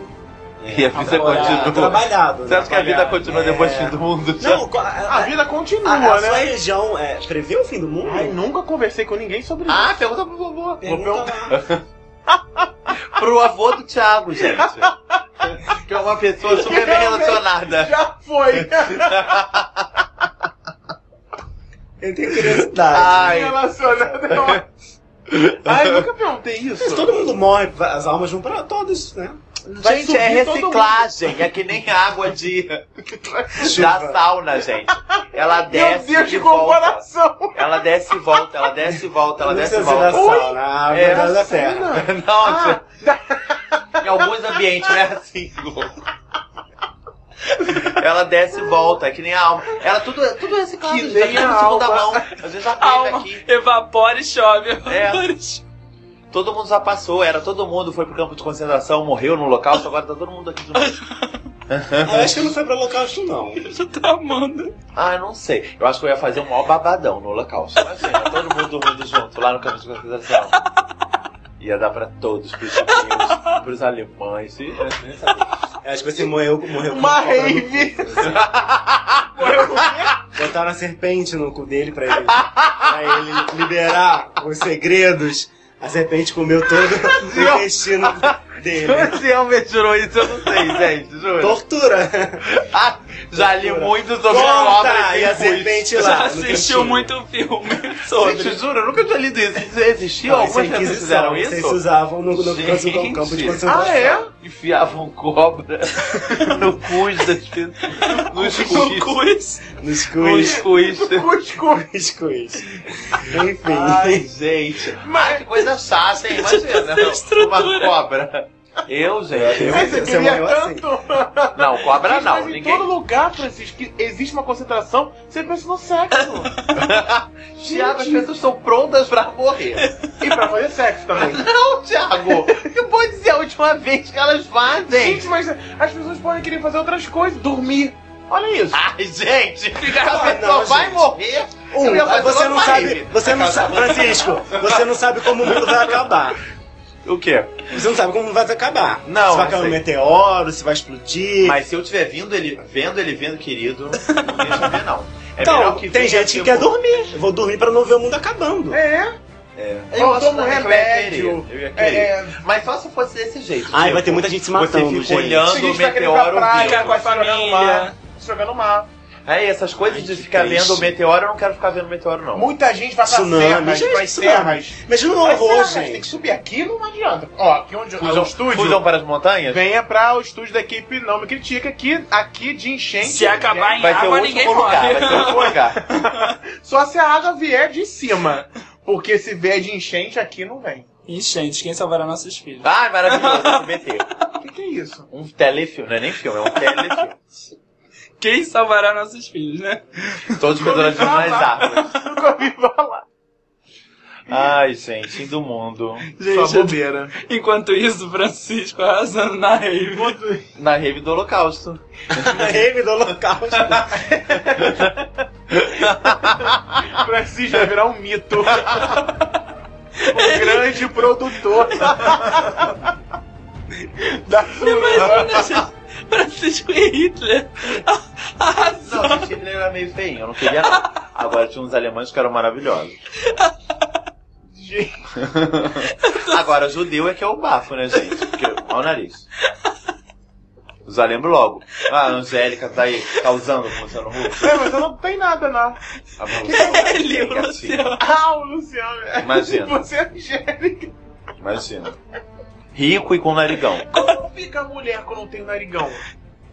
é,
E a vida
Ah,
trabalhado-
continua.
Trabalhado.
Você acha que a vida
trabalhado.
continua
É.
depois do fim do mundo?
Não, a,
A
a,
vida continua,
a, a sua
né?
religião é, prevê o fim do mundo?
Ai, nunca conversei com ninguém sobre isso.
Ah, pergunta pro vovô.
Pergunta lá.
pro avô do Thiago, gente. Que é uma pessoa super bem relacionada.
Já foi.
Eu tenho
Ah.
curiosidade.
Ai,
Relacionada é ótimo. Ai, nunca perguntei
Mas
isso.
todo mundo morre, as almas vão pra todos, né?
Vai
gente,
subir
é
todo mundo.
reciclagem. É que nem água de da sauna, gente. Ela
Meu
desce
Deus,
e
que
volta.
comparação.
Ela desce e volta, ela desce e volta, ela
Não
desce e
precisa ser da
volta.
sauna, a água
É,
da
da
terra.
*laughs* Não, em alguns ambientes não é assim, louco. Ela desce e volta, é que nem a alma. Ela tudo, tudo é reciclado,
Que
gente,
nem
aqui é
a
na segunda
alma.
mão. A gente já teve
Alma,
aqui.
evapora e chove, *laughs* evapora e chove.
Todo mundo já passou, era todo mundo, foi pro campo de concentração, morreu no local, só agora tá todo mundo aqui de *laughs* novo.
Eu acho que não foi pra holocausto, não.
Eu tô tá amando.
Ah, não sei. Eu acho que eu ia fazer um maior babadão no holocausto. Imagina, todo mundo dormindo junto lá no campo de concentração. Ia dar pra todos, pros judeus, pros alemães. e- Nem sabia.
Eu acho que você É, tipo assim, morreu, morreu
Uma
com
rave.
Botaram a serpente no cu dele pra ele, pra ele liberar os segredos. A serpente comeu todo o intestino dele.
*laughs* Se realmente jurou isso, eu não sei, gente, juro.
Tortura!
Ah, já li muito sobre
Conta!
cobras
E a
e cus.
serpente
Já
lá. no
assistiu
cantinho.
muito filme
Gente,
sobre.
juro, eu nunca tinha lido isso. Isso Existiu?
Não, isso é
Algumas pessoas
Inquisição.
fizeram
Vocês
isso?
usavam no, no,
Gente.
campo de
Ah,
concentração.
é?
Enfiavam cobra no cus das pessoas. Nos é? cus.
Cus.
Nos
Nos
cuis.
cus.
Cuscuz.
*laughs* Nos cuis. Enfim.
Ai, gente. Mas que coisa chata, hein? Imagina. né? Uma cobra. Eu, gente.
Eu-
Mas você
Você
queria
morreu assim.
tanto.
Não, cobra
Gente,
não.
Mas em todo
Ninguém.
lugar, Francisco, que existe uma concentração, você pensa no sexo.
Tiago, as pessoas estão prontas pra morrer.
e pra fazer sexo também.
Não, Tiago. Que pode ser a última vez que elas fazem.
Gente, mas as pessoas podem querer fazer outras coisas, dormir. Olha isso.
Ai, gente. A
Ah, não,
pessoa vai
gente.
morrer.
Um,
Eu ia fazer
você
uma
não sabe.
live.
Você não sabe. Francisco, você não sabe como o mundo vai acabar.
O quê?
Você não sabe como vai acabar.
Não,
Se vai
não
cair um
sei.
meteoro, se vai explodir.
Mas se eu tiver vindo ele, vendo ele vendo, querido, não deixa eu ver, não. É
então,
melhor que
tem
venha
gente que
tipo-
quer dormir. Eu vou dormir pra não ver o mundo acabando.
É.
Eu
Eu
acho
tomo
também que eu ia
remédio.
querer, eu ia querer.
É.
Mas só se fosse desse jeito.
Ai,
tipo,
vai ter muita gente se
Você
matando,
fica
gente.
olhando o
Seguinte, vai querer tá ir pra
meteoro
praia,
vindo.
com a
vai se jogar no
família.
mar. se Jogar no mar.
É, essas coisas
Ai,
de
que
ficar
triste.
vendo o meteoro, eu não quero ficar vendo o meteoro, não.
Muita gente vai pra
Tsunami,
serras,
gente,
pras
tsunami.
serras.
Imagina um
Pras
horror,
serras, Tem que
gente.
subir aqui, não adianta. Ó, aqui onde é o
Fujam, fujam
estúdio.
para as montanhas?
Venha pra o estúdio da equipe Não Me Critica, que aqui de enchente...
Se acabar em
Vai ser o
água, ninguém
último lugar, vai ser o
morre.
último *laughs* lugar.
Só se a água vier de cima. Porque se vier de enchente, aqui não vem.
Enchente, quem salvará nossos filhos?
Ai, Ah, maravilhoso, SBT.
O que, que é isso?
Um telefilme, não é nem filme, é um telefilme.
Quem salvará nossos filhos, né?
Todos os personagens vão nas árvores.
Nunca ouvi falar.
Ai, gente, fim do mundo.
Gente,
Só bobeira.
enquanto isso, Francisco arrasando na rave.
Na rave do holocausto.
*laughs* É Rave do holocausto.
*laughs*
Francisco vai virar um mito. Um grande
*laughs*
produtor. da sua.
Imagina, gente, Francisco e Hitler. Arrasando.
Não, gente, ele era meio feinho, eu não queria não. *laughs* Agora tinha uns alemães que eram maravilhosos.
Gente,
*laughs* Agora, judeu é que é o bafo, né, gente? Porque, olha o nariz. Os lembro logo. Ah, a Angélica tá aí causando com o Luciano Huck.
é, mas eu não tenho nada, não.
A Luciano Huck
*laughs* Ele,
é
o
gatinho.
Luciano.
Ah, o Luciano. é.
Imagina.
*laughs* Você é Angélica.
assim? Imagina. Rico e com narigão.
Como fica a mulher quando tem narigão?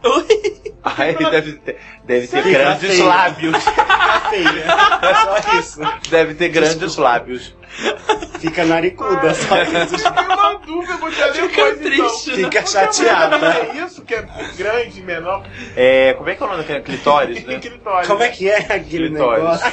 Oi.
Aí deve ter, deve ter
Fica
grandes
feio.
lábios.
Fica feia. Tá, É só isso.
Deve ter grandes lábios.
Fica naricuda, só isso.
*laughs*
Eu tenho uma dúvida, eu vou te dar
Fica né?
depois, então.
triste, né?
Fica
Porque a
chateada.
mulher É isso que é grande, menor,
É, como é que é o nome daquele clitóris, né?
escritório.
Como é que é aquele
Clitóris.
negócio?
*laughs*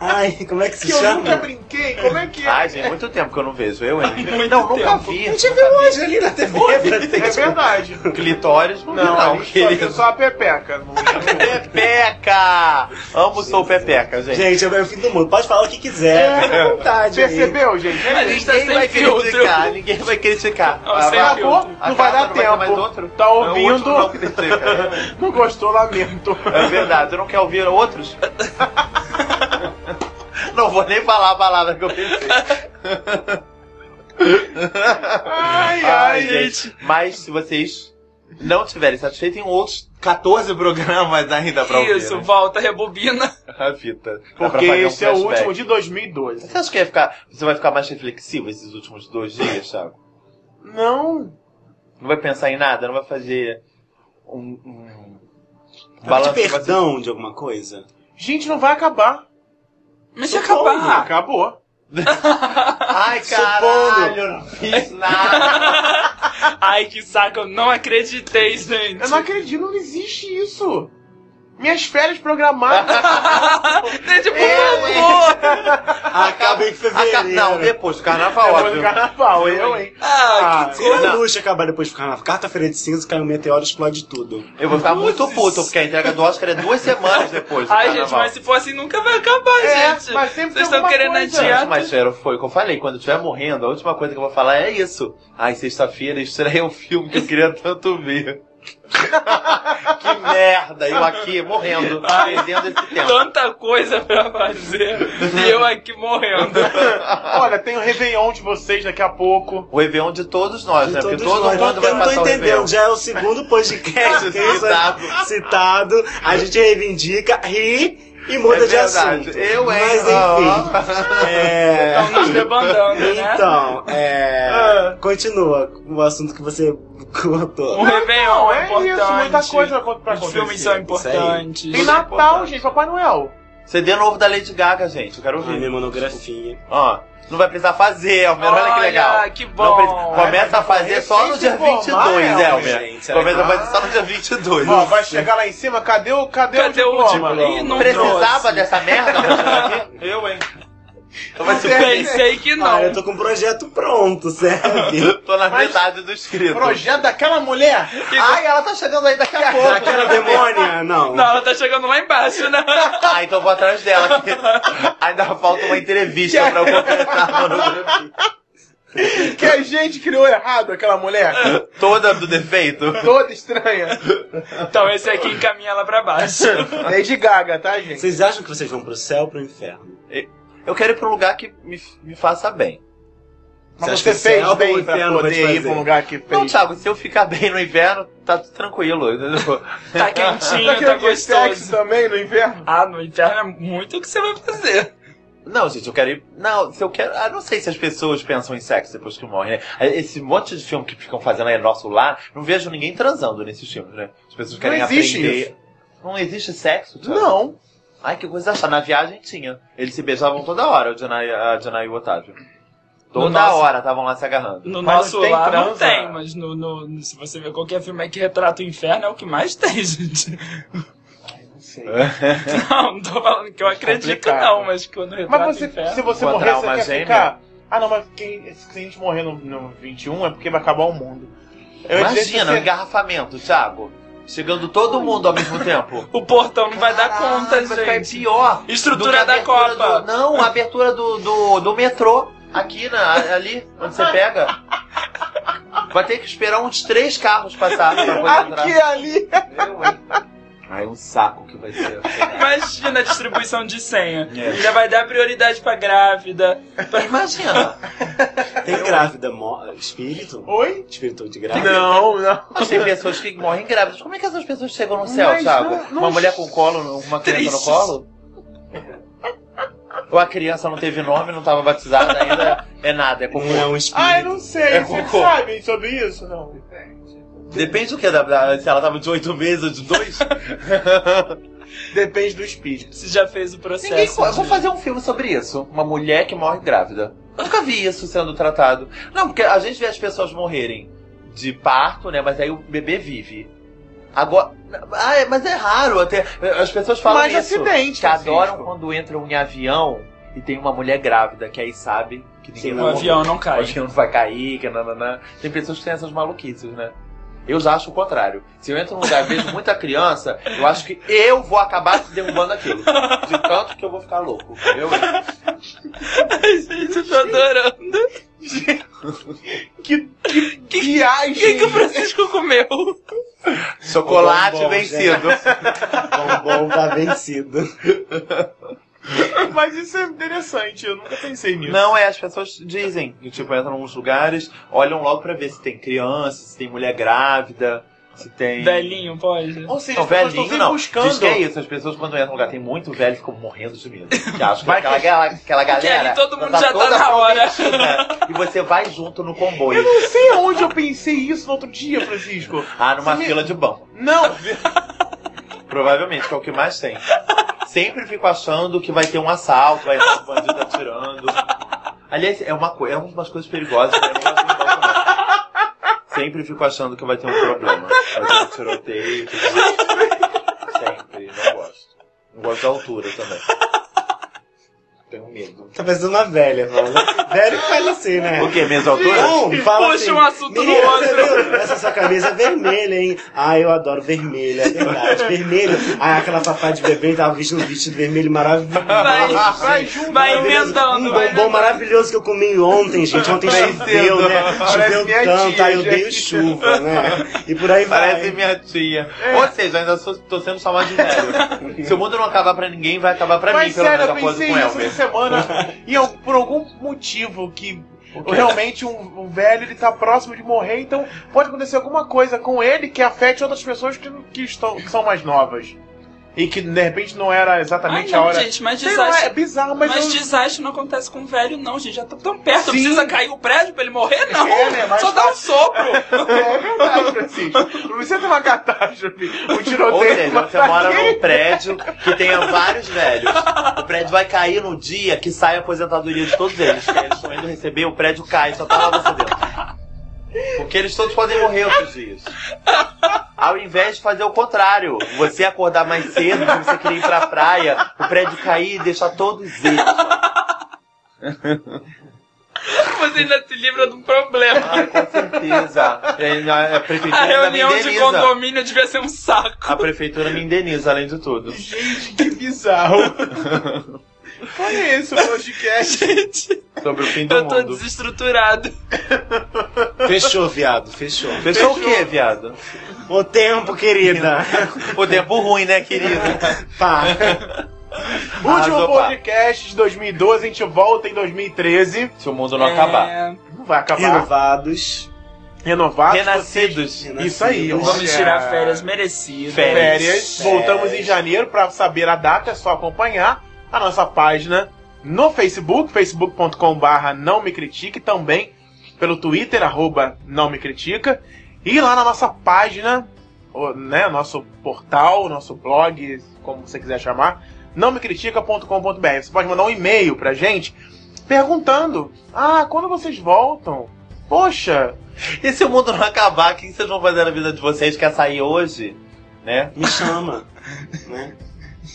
Ai, como é que se
que eu nunca
chama?
brinquei? Como é que é?
Ai, gente, muito tempo que eu não vejo. Eu, hein?
Muito
não, nunca
tempo.
vi.
A gente viu hoje ali na TV.
É verdade.
Clitóris, não, vi,
é
Não,
um
não,
a gente só viu
querido.
só a Pepeca. Não
Pepeca! Amo sou Pepeca, gente.
Gente, é o fim do mundo. Pode falar o que quiser, É, fica à vontade. aí.
Percebeu, gente?
A gente tá
Ninguém vai
sem filtro.
criticar, ninguém vai criticar.
Ó,
Ah,
é
sem
vai.
filtro.
Acabou,
Acaba,
tá não vai dar
ter
tempo.
mais outro?
Tá
Não, o
ouvindo?
último não critica.
Não gostou, lamento.
É verdade, tu não quer ouvir outros? *laughs* Não vou nem falar a palavra que eu pensei.
Ai, ai,
Ai,
gente.
gente. Mas se vocês não tiverem satisfeitos, tem outros 14 programas ainda pra ouvir.
Isso,
né?
volta, rebobina.
A fita. Dá pra
Porque
fazer um
esse é o
flashback.
último de 2012.
Você acha que ia ficar, você vai ficar mais reflexivo esses últimos dois dias, Thiago?
Não.
Não vai pensar em nada? Não vai fazer um... um
De
Tá
balanço- assim.
perdão de alguma coisa?
Gente, não vai acabar.
Mas se
Supondo,
acabar.
Acabou.
Ai, caralho, não fiz nada.
Ai, que saco, eu não acreditei, gente.
Eu não acredito, não existe isso. Minhas férias
*laughs*
programadas.
*laughs* Gente, por favor.
Acaba em fevereiro.
Aca- Não, depois do carnaval,
Depois do
óbvio.
carnaval, eu, hein?
Ah,
Ah,
que
Se a
coisa.
luz acabar depois do carnaval, quarta-feira de cinza, cai um meteoro e explode tudo.
Eu vou ficar muito puto, porque a entrega do Oscar é duas semanas depois do
Ai,
carnaval.
gente, mas se for assim, nunca vai acabar,
É,
gente.
mas sempre tem
Vocês estão
alguma
querendo
coisa.
adiar.
Mas Vero, foi o que eu falei. Quando eu estiver morrendo, a última coisa que eu vou falar é isso. Ai, sexta-feira estreia um filme que eu queria *laughs* tanto ver. que merda! Eu aqui morrendo, perdendo esse tempo.
Tanta coisa pra fazer. e eu aqui morrendo.
Olha, tem o Réveillon de vocês daqui a pouco.
O Réveillon de todos nós,
De
né? Porque
todos
todo
nós.
mundo
eu
vai
não tô
passar o Réveillon.
entendendo, já é o segundo podcast *laughs* que é
Citado.
citado. A gente reivindica, ri e muda
é
de
verdade.
assunto.
Eu, hein?
Mas enfim. É...
Estão Então, nos debandando, né?
Então,
Ah,
é... continua com o assunto que você
O
cortou.
Réveillon
Não,
é,
é
importante.
isso, muita coisa pra
Os
acontecer.
filmes são
isso aí.
importantes.
Tem
Tudo é
Natal,
importante.
gente, Papai Noel.
CD novo da Lady Gaga, gente. Eu quero
Ah,
ouvir.
minha monografia.
Ó, não vai precisar fazer, Elmer. Olha que legal.
que
Não precisa-
bom.
Começa a fazer só no
se
dia
formar,
22,
Elmer,
Elmer.
gente, era
Começa a fazer só no dia 22.
Ó, vai chegar lá em cima, cadê o cadê,
Cadê
o
o
diploma?
diploma? Ih, não
Precisava
trouxe.
dessa merda?
*laughs* Eu, hein?
Então vai ser
Pensei que não.
Ah, eu tô com um projeto pronto,
*laughs*
serve.
Tô na
Mas-
metade do inscrito.
Projeto daquela mulher.
Ai, ela tá chegando aí daqui
*laughs*
a pouco.
Aquela demônia, não.
Não, ela tá chegando lá embaixo, né?
Ah, então vou atrás dela. Que... Ainda falta uma entrevista pra eu completar a monografia.
Que a gente criou errado aquela mulher.
É.
Toda do defeito.
Toda estranha.
Então esse aqui encaminha ela pra
é
baixo.
Lady Gaga, tá, gente?
Vocês acham que vocês vão pro céu ou pro inferno?
Eu quero ir pra um lugar que me, me faça bem.
Mas
acha
você
que o
fez
céu ou
bem
o
pra
inferno vai te
poder ir
fazer?
pra um lugar que
Não,
fez.
Então, Thiago, se eu ficar *laughs* bem no inverno, tá tudo tranquilo, entendeu?
Tá quentinho, tá
querendo ter sexo
gostoso.
também no inverno?
Ah, no inferno é muito o que você vai fazer.
Não, gente, eu quero ir. Não, se eu quero. Ah, não sei se as pessoas pensam em sexo depois que morrem, né? Esse monte de filme que ficam fazendo aí nosso lar, não vejo ninguém transando nesses filmes, né? As pessoas querem
existe
aprender. Não existe sexo? Thiago?
Não.
Ai, que coisa achar. Na viagem tinha. Eles se beijavam toda hora, o Janai, a Janai e o Otávio. Toda
nosso-
hora estavam lá se agarrando.
No
Mas
nosso
não tem
lar não
transa.
tem, mas no, no- no- se você ver qualquer filme aí que retrata o inferno, é o que mais tem, *laughs* gente. Não, não tô falando que eu acredito,
Complicado.
não, mas quando retrata
Mas você,
o inferno.
se você
Encontrar
morrer, você
uma
quer
gêmea.
ficar... Ah, não, mas quem, se a gente morrer no, no 21 é porque vai acabar o mundo. Eu ia dizer que
Imagina, um
você-
engarrafamento, Thiago. Chegando todo mundo ao mesmo tempo.
O portão não vai dar conta,
Caralho, vai ficar
gente.
pior.
Estrutura
do que a
da
abertura
Copa.
do- não, a abertura do, do, do metrô. Aqui, na, ali, onde você pega. Vai ter que esperar uns três carros passar pra poder
Aqui e
entrar.
ali.
Eu, hein? Ai, um saco que vai ser.
*laughs* Imagina a distribuição de senha.
É.
Ainda vai dar prioridade pra grávida.
Então, Imagina.
Tem grávida mo- espírito?
Oi?
Espírito de grávida?
Não, não.
Mas tem pessoas que morrem grávidas. Como é que essas pessoas chegam no céu,
Mas
Thiago?
não- não-
Uma mulher com colo, uma criança no
Tristes.
colo? Ou a criança não teve nome, não tava batizada ainda? É nada, é
Não
comum.
é um
Ah, eu
espírito.
não sei.
É
Vocês
cocô.
sabem sobre isso? Não.
Depende do que, da, da- se ela tava de oito meses ou de dois.
Depende do espírito.
Você já fez o processo.
*laughs* Ninguém, eu
né?
vou
de-
fazer um filme sobre isso. Uma mulher que morre grávida. Eu nunca vi isso sendo tratado. Não, porque a gente vê as pessoas morrerem de parto, né? Mas aí o bebê vive. Agora. Ah, é- mas é raro até. As pessoas falam
Mais
isso.
acidente,
que adoram
Francisco.
quando entram em avião e tem uma mulher grávida, que aí sabe que ninguém
Sim,
vai
O
morrer.
um avião não cai.
Acho que não vai cair, que nananã. Tem pessoas que têm essas maluquices, né? Eu já acho o contrário. Se eu entro num lugar e vejo muita criança, eu acho que eu vou acabar derrubando aquilo. De tanto que eu vou ficar louco. Eu,
Ai, gente, eu tô adorando.
Que, que, que
O que,
viagem!
que o Francisco comeu?
Bom,
chocolate
bom,
Ah, é.
vencido.
Bombom tá vencido.
Mas isso é interessante, eu nunca pensei nisso.
*laughs* Não, é, as pessoas dizem. E, tipo, entram em alguns lugares, olham logo pra ver se tem criança, se tem mulher grávida, se tem.
Velhinho, pode.
Ou seja,
Não,
as pessoas estão
velhinho
sempre
não. Diz que é
buscando.
isso, as pessoas quando entram no lugar tem muito velho ficam morrendo de medo. Que acham que
Vai
aquela, aquela, aquela
Porque
galera.
é ali todo mundo já tá
toda *laughs*
na hora.
prometida. E você vai junto no
Eu
comboio.
não sei aonde eu pensei isso no outro dia, Francisco.
Ah, numa
Você me-
fila de banco.
Não,
Provavelmente, que é o que mais tem. Sempre fico achando que vai ter um assalto, vai ter um bandido atirando. Aliás, é uma, co- é uma das coisas perigosas, né? eu não gosto de banco, não. Sempre fico achando que vai ter um problema. Vai ter um tiroteio, tudo isso. um Sempre, não gosto. Não gosto da altura também. Tenho medo.
Tá parecendo uma velha, mano. Velho que faz assim, né?
O quê? Medo de altura?
Não, fala
Puxa
assim,
um assunto no
"Menina,
outro."
você viu? Essa sua camisa é vermelha, hein? Ah, eu adoro vermelha, é verdade. Vermelho. Ah, aquela papai de bebê tava vestindo um vestido vermelho maravilhoso.
Vai,
Ah,
vai junto.
vai
Maravilhoso.
Tá emendando, vai
Um bombom
emendando. Tá
maravilhoso que eu comi ontem, gente. Ontem
Parece
choveu, né?
cedo.
Parece minha
Choveu tanto,
tia,
aí eu dei
gente.
chuva, né? E por aí
Parece
vai.
minha tia.
É.
Ou seja, eu ainda sou, tô sendo chamado de velho. Se o mundo não acabar pra ninguém, vai acabar pra
Mas
mim, pelo
sério,
menos, de
eu
acordo
pensei
com o
isso essa
Elmer.
semana.
*laughs*
E eu- por algum motivo que realmente um, um velho ele tá próximo de morrer, então pode acontecer alguma coisa com ele que afete outras pessoas que, que estão, que são mais novas. E que de repente não era
Ai,
exatamente a
não,
hora.
gente, mas
Sei lá, é
desastre.
bizarro, mas,
Mas,
eu-
desastre não acontece com o velho, não, gente. Já tá tão perto.
Sim.
Precisa cair o prédio pra ele morrer? Não.
É, né, mas
Só dá um sopro.
*laughs* É verdade, Francisco. Não precisa ter uma catástrofe, um
Ou
tiroteio.
seja, você
mas
mora
aqui-
num prédio que tenha vários velhos. O prédio vai cair no dia que sai a aposentadoria de todos eles. Que eles estão indo receber, o prédio cai, só tá lá você dentro. Porque eles todos podem morrer outros dias. Ao invés de fazer o contrário, você acordar mais cedo, que você queria ir pra praia, o prédio cair e deixar todos eles.
Você ainda se livra de um problema.
Ai, com certeza. E A a prefeitura
A
ainda me
reunião de
indeniza.
condomínio devia ser um saco.
A prefeitura me indeniza, além de tudo.
Gente, que bizarro. Foi esse o podcast.
Gente,
Sobre o fim do
eu tô
mundo.
desestruturado.
Fechou, viado, fechou.
Fechou o quê, viado?
O tempo, querida.
O tempo ruim, né, querido?
Pá.
*laughs* Último
Arrasou, pá.
podcast de 2012, a gente volta em 2013.
Se o mundo não acabar.
É,
Não vai acabar.
Renovados.
Renovado.
É. Renascidos.
Isso aí.
Vamos
olha.
tirar férias merecidas.
Férias.
Férias. Voltamos em janeiro. Pra saber a data, é só acompanhar a nossa página no Facebook, facebook.com.br não me critique. Também pelo Twitter, arroba não me critica. E lá na nossa página, o- né, nosso portal, nosso blog, como você quiser chamar, não me critica.com.br. Você pode mandar um e-mail pra gente perguntando: Ah, quando vocês voltam? Poxa,
E se o mundo não acabar, o que vocês vão fazer na vida de vocês? Quer sair hoje? Né?
Me chama. Né?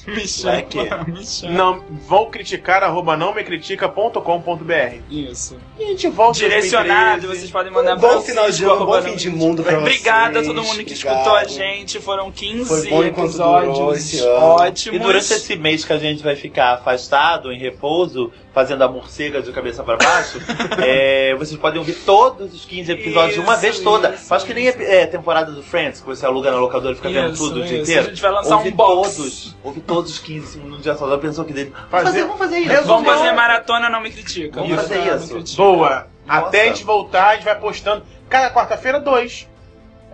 Me
Vai que-
chama, me chama.
não vou criticar, arroba não me critica.com.br.
Isso.
E a gente volta em 2013.
Direcionado, vocês podem mandar
Um
pra
bom final de ano, um bom fim de mundo pra vocês.
Obrigada a todo mundo que
Obrigado.
escutou a gente. Foram 15
Foi bom enquanto durou
episódios
esse ano.
E
ótimos.
durante esse mês que a gente vai ficar afastado, em repouso, fazendo a morcega de cabeça
*laughs*
pra baixo, é, vocês podem ouvir todos os 15 episódios de uma
Isso,
vez toda.
isso,
Acho que nem é, é, temporada do Friends, que você aluga na locadora e fica vendo
Isso,
tudo o dia
isso. A
inteiro.
gente vai lançar
Ouvi
um box.
todos, ouvi todos os 15 num dia só. Já pensou que dele. Vamos
Fazer-
fazer, vamos fazer isso.
Resumo.
Vamos fazer maratona, não me critica.
Vamos fazer
Não me
isso.
critica.
Boa.
Nossa.
Até a gente voltar, a gente vai postando. Cada quarta-feira, dois.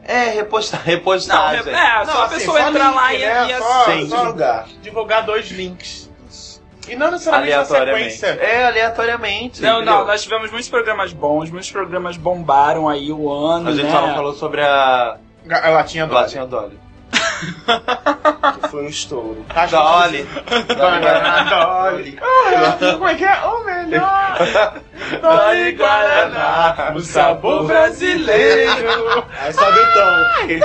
É, repostar,
Não,
repostagem.
é, só
Não,
a
assim,
pessoa
só
entrar
link,
lá e,
né?
e
Só-
Sim.
só
Divulgar.
divulgar dois links. E não necessariamente na
Aleatoriamente.
sequência.
É, aleatoriamente.
Não, não,
entendeu?
nós tivemos muitos programas bons, muitos programas bombaram aí o ano,
A gente
né?
só não falou sobre a
Ga- A latinha do
latinha Dolly.
Que foi um estouro.
Tá, gente?
Dolly.
*laughs* Guaraná Dolly. Como é que é? O melhor.
Tá
Dolly
É
né?
Guaraná.
O sabor
brasileiro.
É
Aí sobe o tom.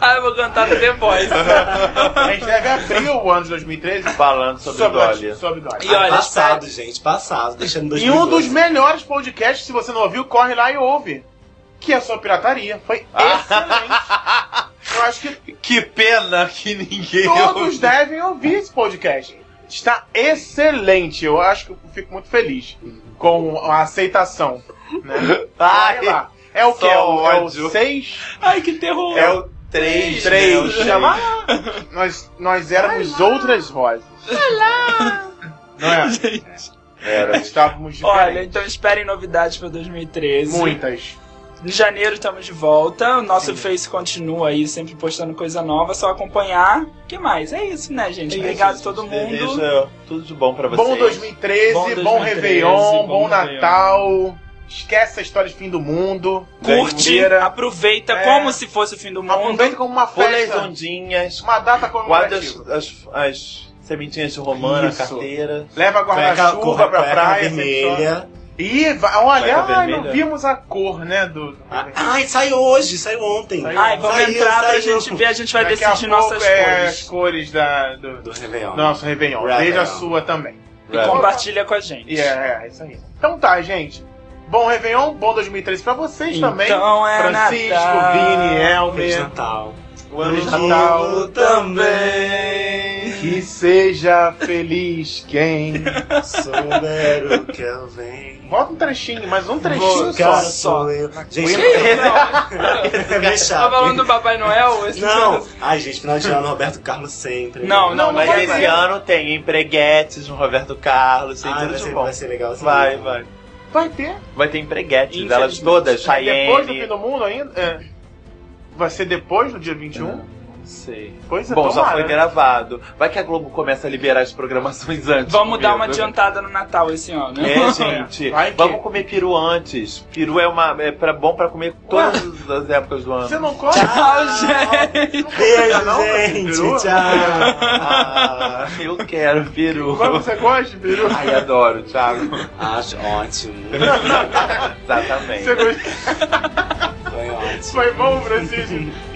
Ah, eu vou cantar no The
*laughs*
Voice.
A gente deve abrir o ano de 2013
Falando sobre, Dolly.
sobre Dolly.
E olha,
Passado, gente. Passado. Deixando
E um
2012.
dos melhores podcasts, se você não ouviu, corre lá e ouve. Que é só pirataria. Foi
*laughs*
excelente. Eu acho que
Que pena que ninguém
Todos
ouviu.
devem ouvir esse podcast. Está excelente. Eu acho que eu fico muito feliz com a aceitação. Né? Vai
*laughs* Ai,
lá. É o que?
só
É o, é o
ódio.
6?
Ai, que terror.
É o
Três.
Três.
né, o chama- *laughs*
Nós, nós éramos outras rosas. Não é?
Era.
Nós estávamos
Olha,
diferentes.
então esperem novidades pra 2013.
Muitas.
Em janeiro estamos de volta. O nosso Face continua aí, sempre postando coisa nova. É Só acompanhar. O que mais? É isso, né, gente? Obrigado a todo mundo.
Deseja é tudo de bom pra vocês.
Bom 2013, bom,
Bom 2013,
Réveillon, bom,
bom
Natal. Esquece a história de fim do mundo.
Curte,
Ganheira.
aproveita
É.
como se fosse o fim do mundo.
Aproveita como uma
Folhas
festa.
ondinhas.
Uma data
Guarda as,
comemorativa.
as, as sementinhas de romã na
Isso.
carteira.
Leva guarda-chuva pra praia. sempre
vermelha.
só. Ih, vai- olha,
Cueca
ai, não
vermelha.
vimos a cor, né? Do...
Ah, Ai, saiu hoje, saiu ontem.
Ai, vamos
Saiu,
entrar pra
saiu.
gente ver, a gente vai
Daqui a
decidir
pouco
nossas
é as
cores.
cores da, do,
Do Réveillon.
nosso Réveillon.
Réveillon.
Veja a sua também.
E compartilha com a gente.
E é, é isso aí. Então tá, gente. Bom Réveillon, bom 2013 pra vocês também.
Então é
Francisco,
Natal.
Vini, é
Feliz
Elmer.
Natal.
É.
Feliz
Feliz
Natal.
também.
Que seja feliz quem.
Souber o que eu venho.
Bota um trechinho, mas um trechinho
Boca
só.
sou eu. Gente,
*laughs*
é bem
Tá
chato.
falando do Papai Noel? Esse
Não. Ai, gente, final de ano, Roberto Carlos sempre.
Não, não,
Não,
Mas
não vai
esse ano tem empreguetes no Roberto Carlos,
Ah,
tem
Ai,
tudo
vai,
de
é
ser,
bom.
vai ser legal. assim.
Vai, vai.
Vai ter.
Vai ter empreguetes, elas todas,
é Depois do fim
Cheyenne.
do mundo ainda? É. Vai ser depois do dia 21?
Não sei.
Pois é,
Bom, já
tomara.
foi gravado. Vai que a Globo começa a liberar as programações *laughs* antes.
Vamos dar
comigo. né?
uma adiantada no Natal esse ano. né?
É, gente.
Vai que-
Vamos comer peru antes. Peru é uma é pra, bom pra comer todas as épocas do
Você
ano.
não corre?
Tchau, gente.
Beijo,
Não, peru?
gente. Tchau.
Ah, eu quero peru.
Mas você gosta de peru?
Ai, adoro,
*laughs*
Thiago.
Acho ótimo.
Exatamente.
Você gosta-
Foi ótimo.
Foi bom, Francisco?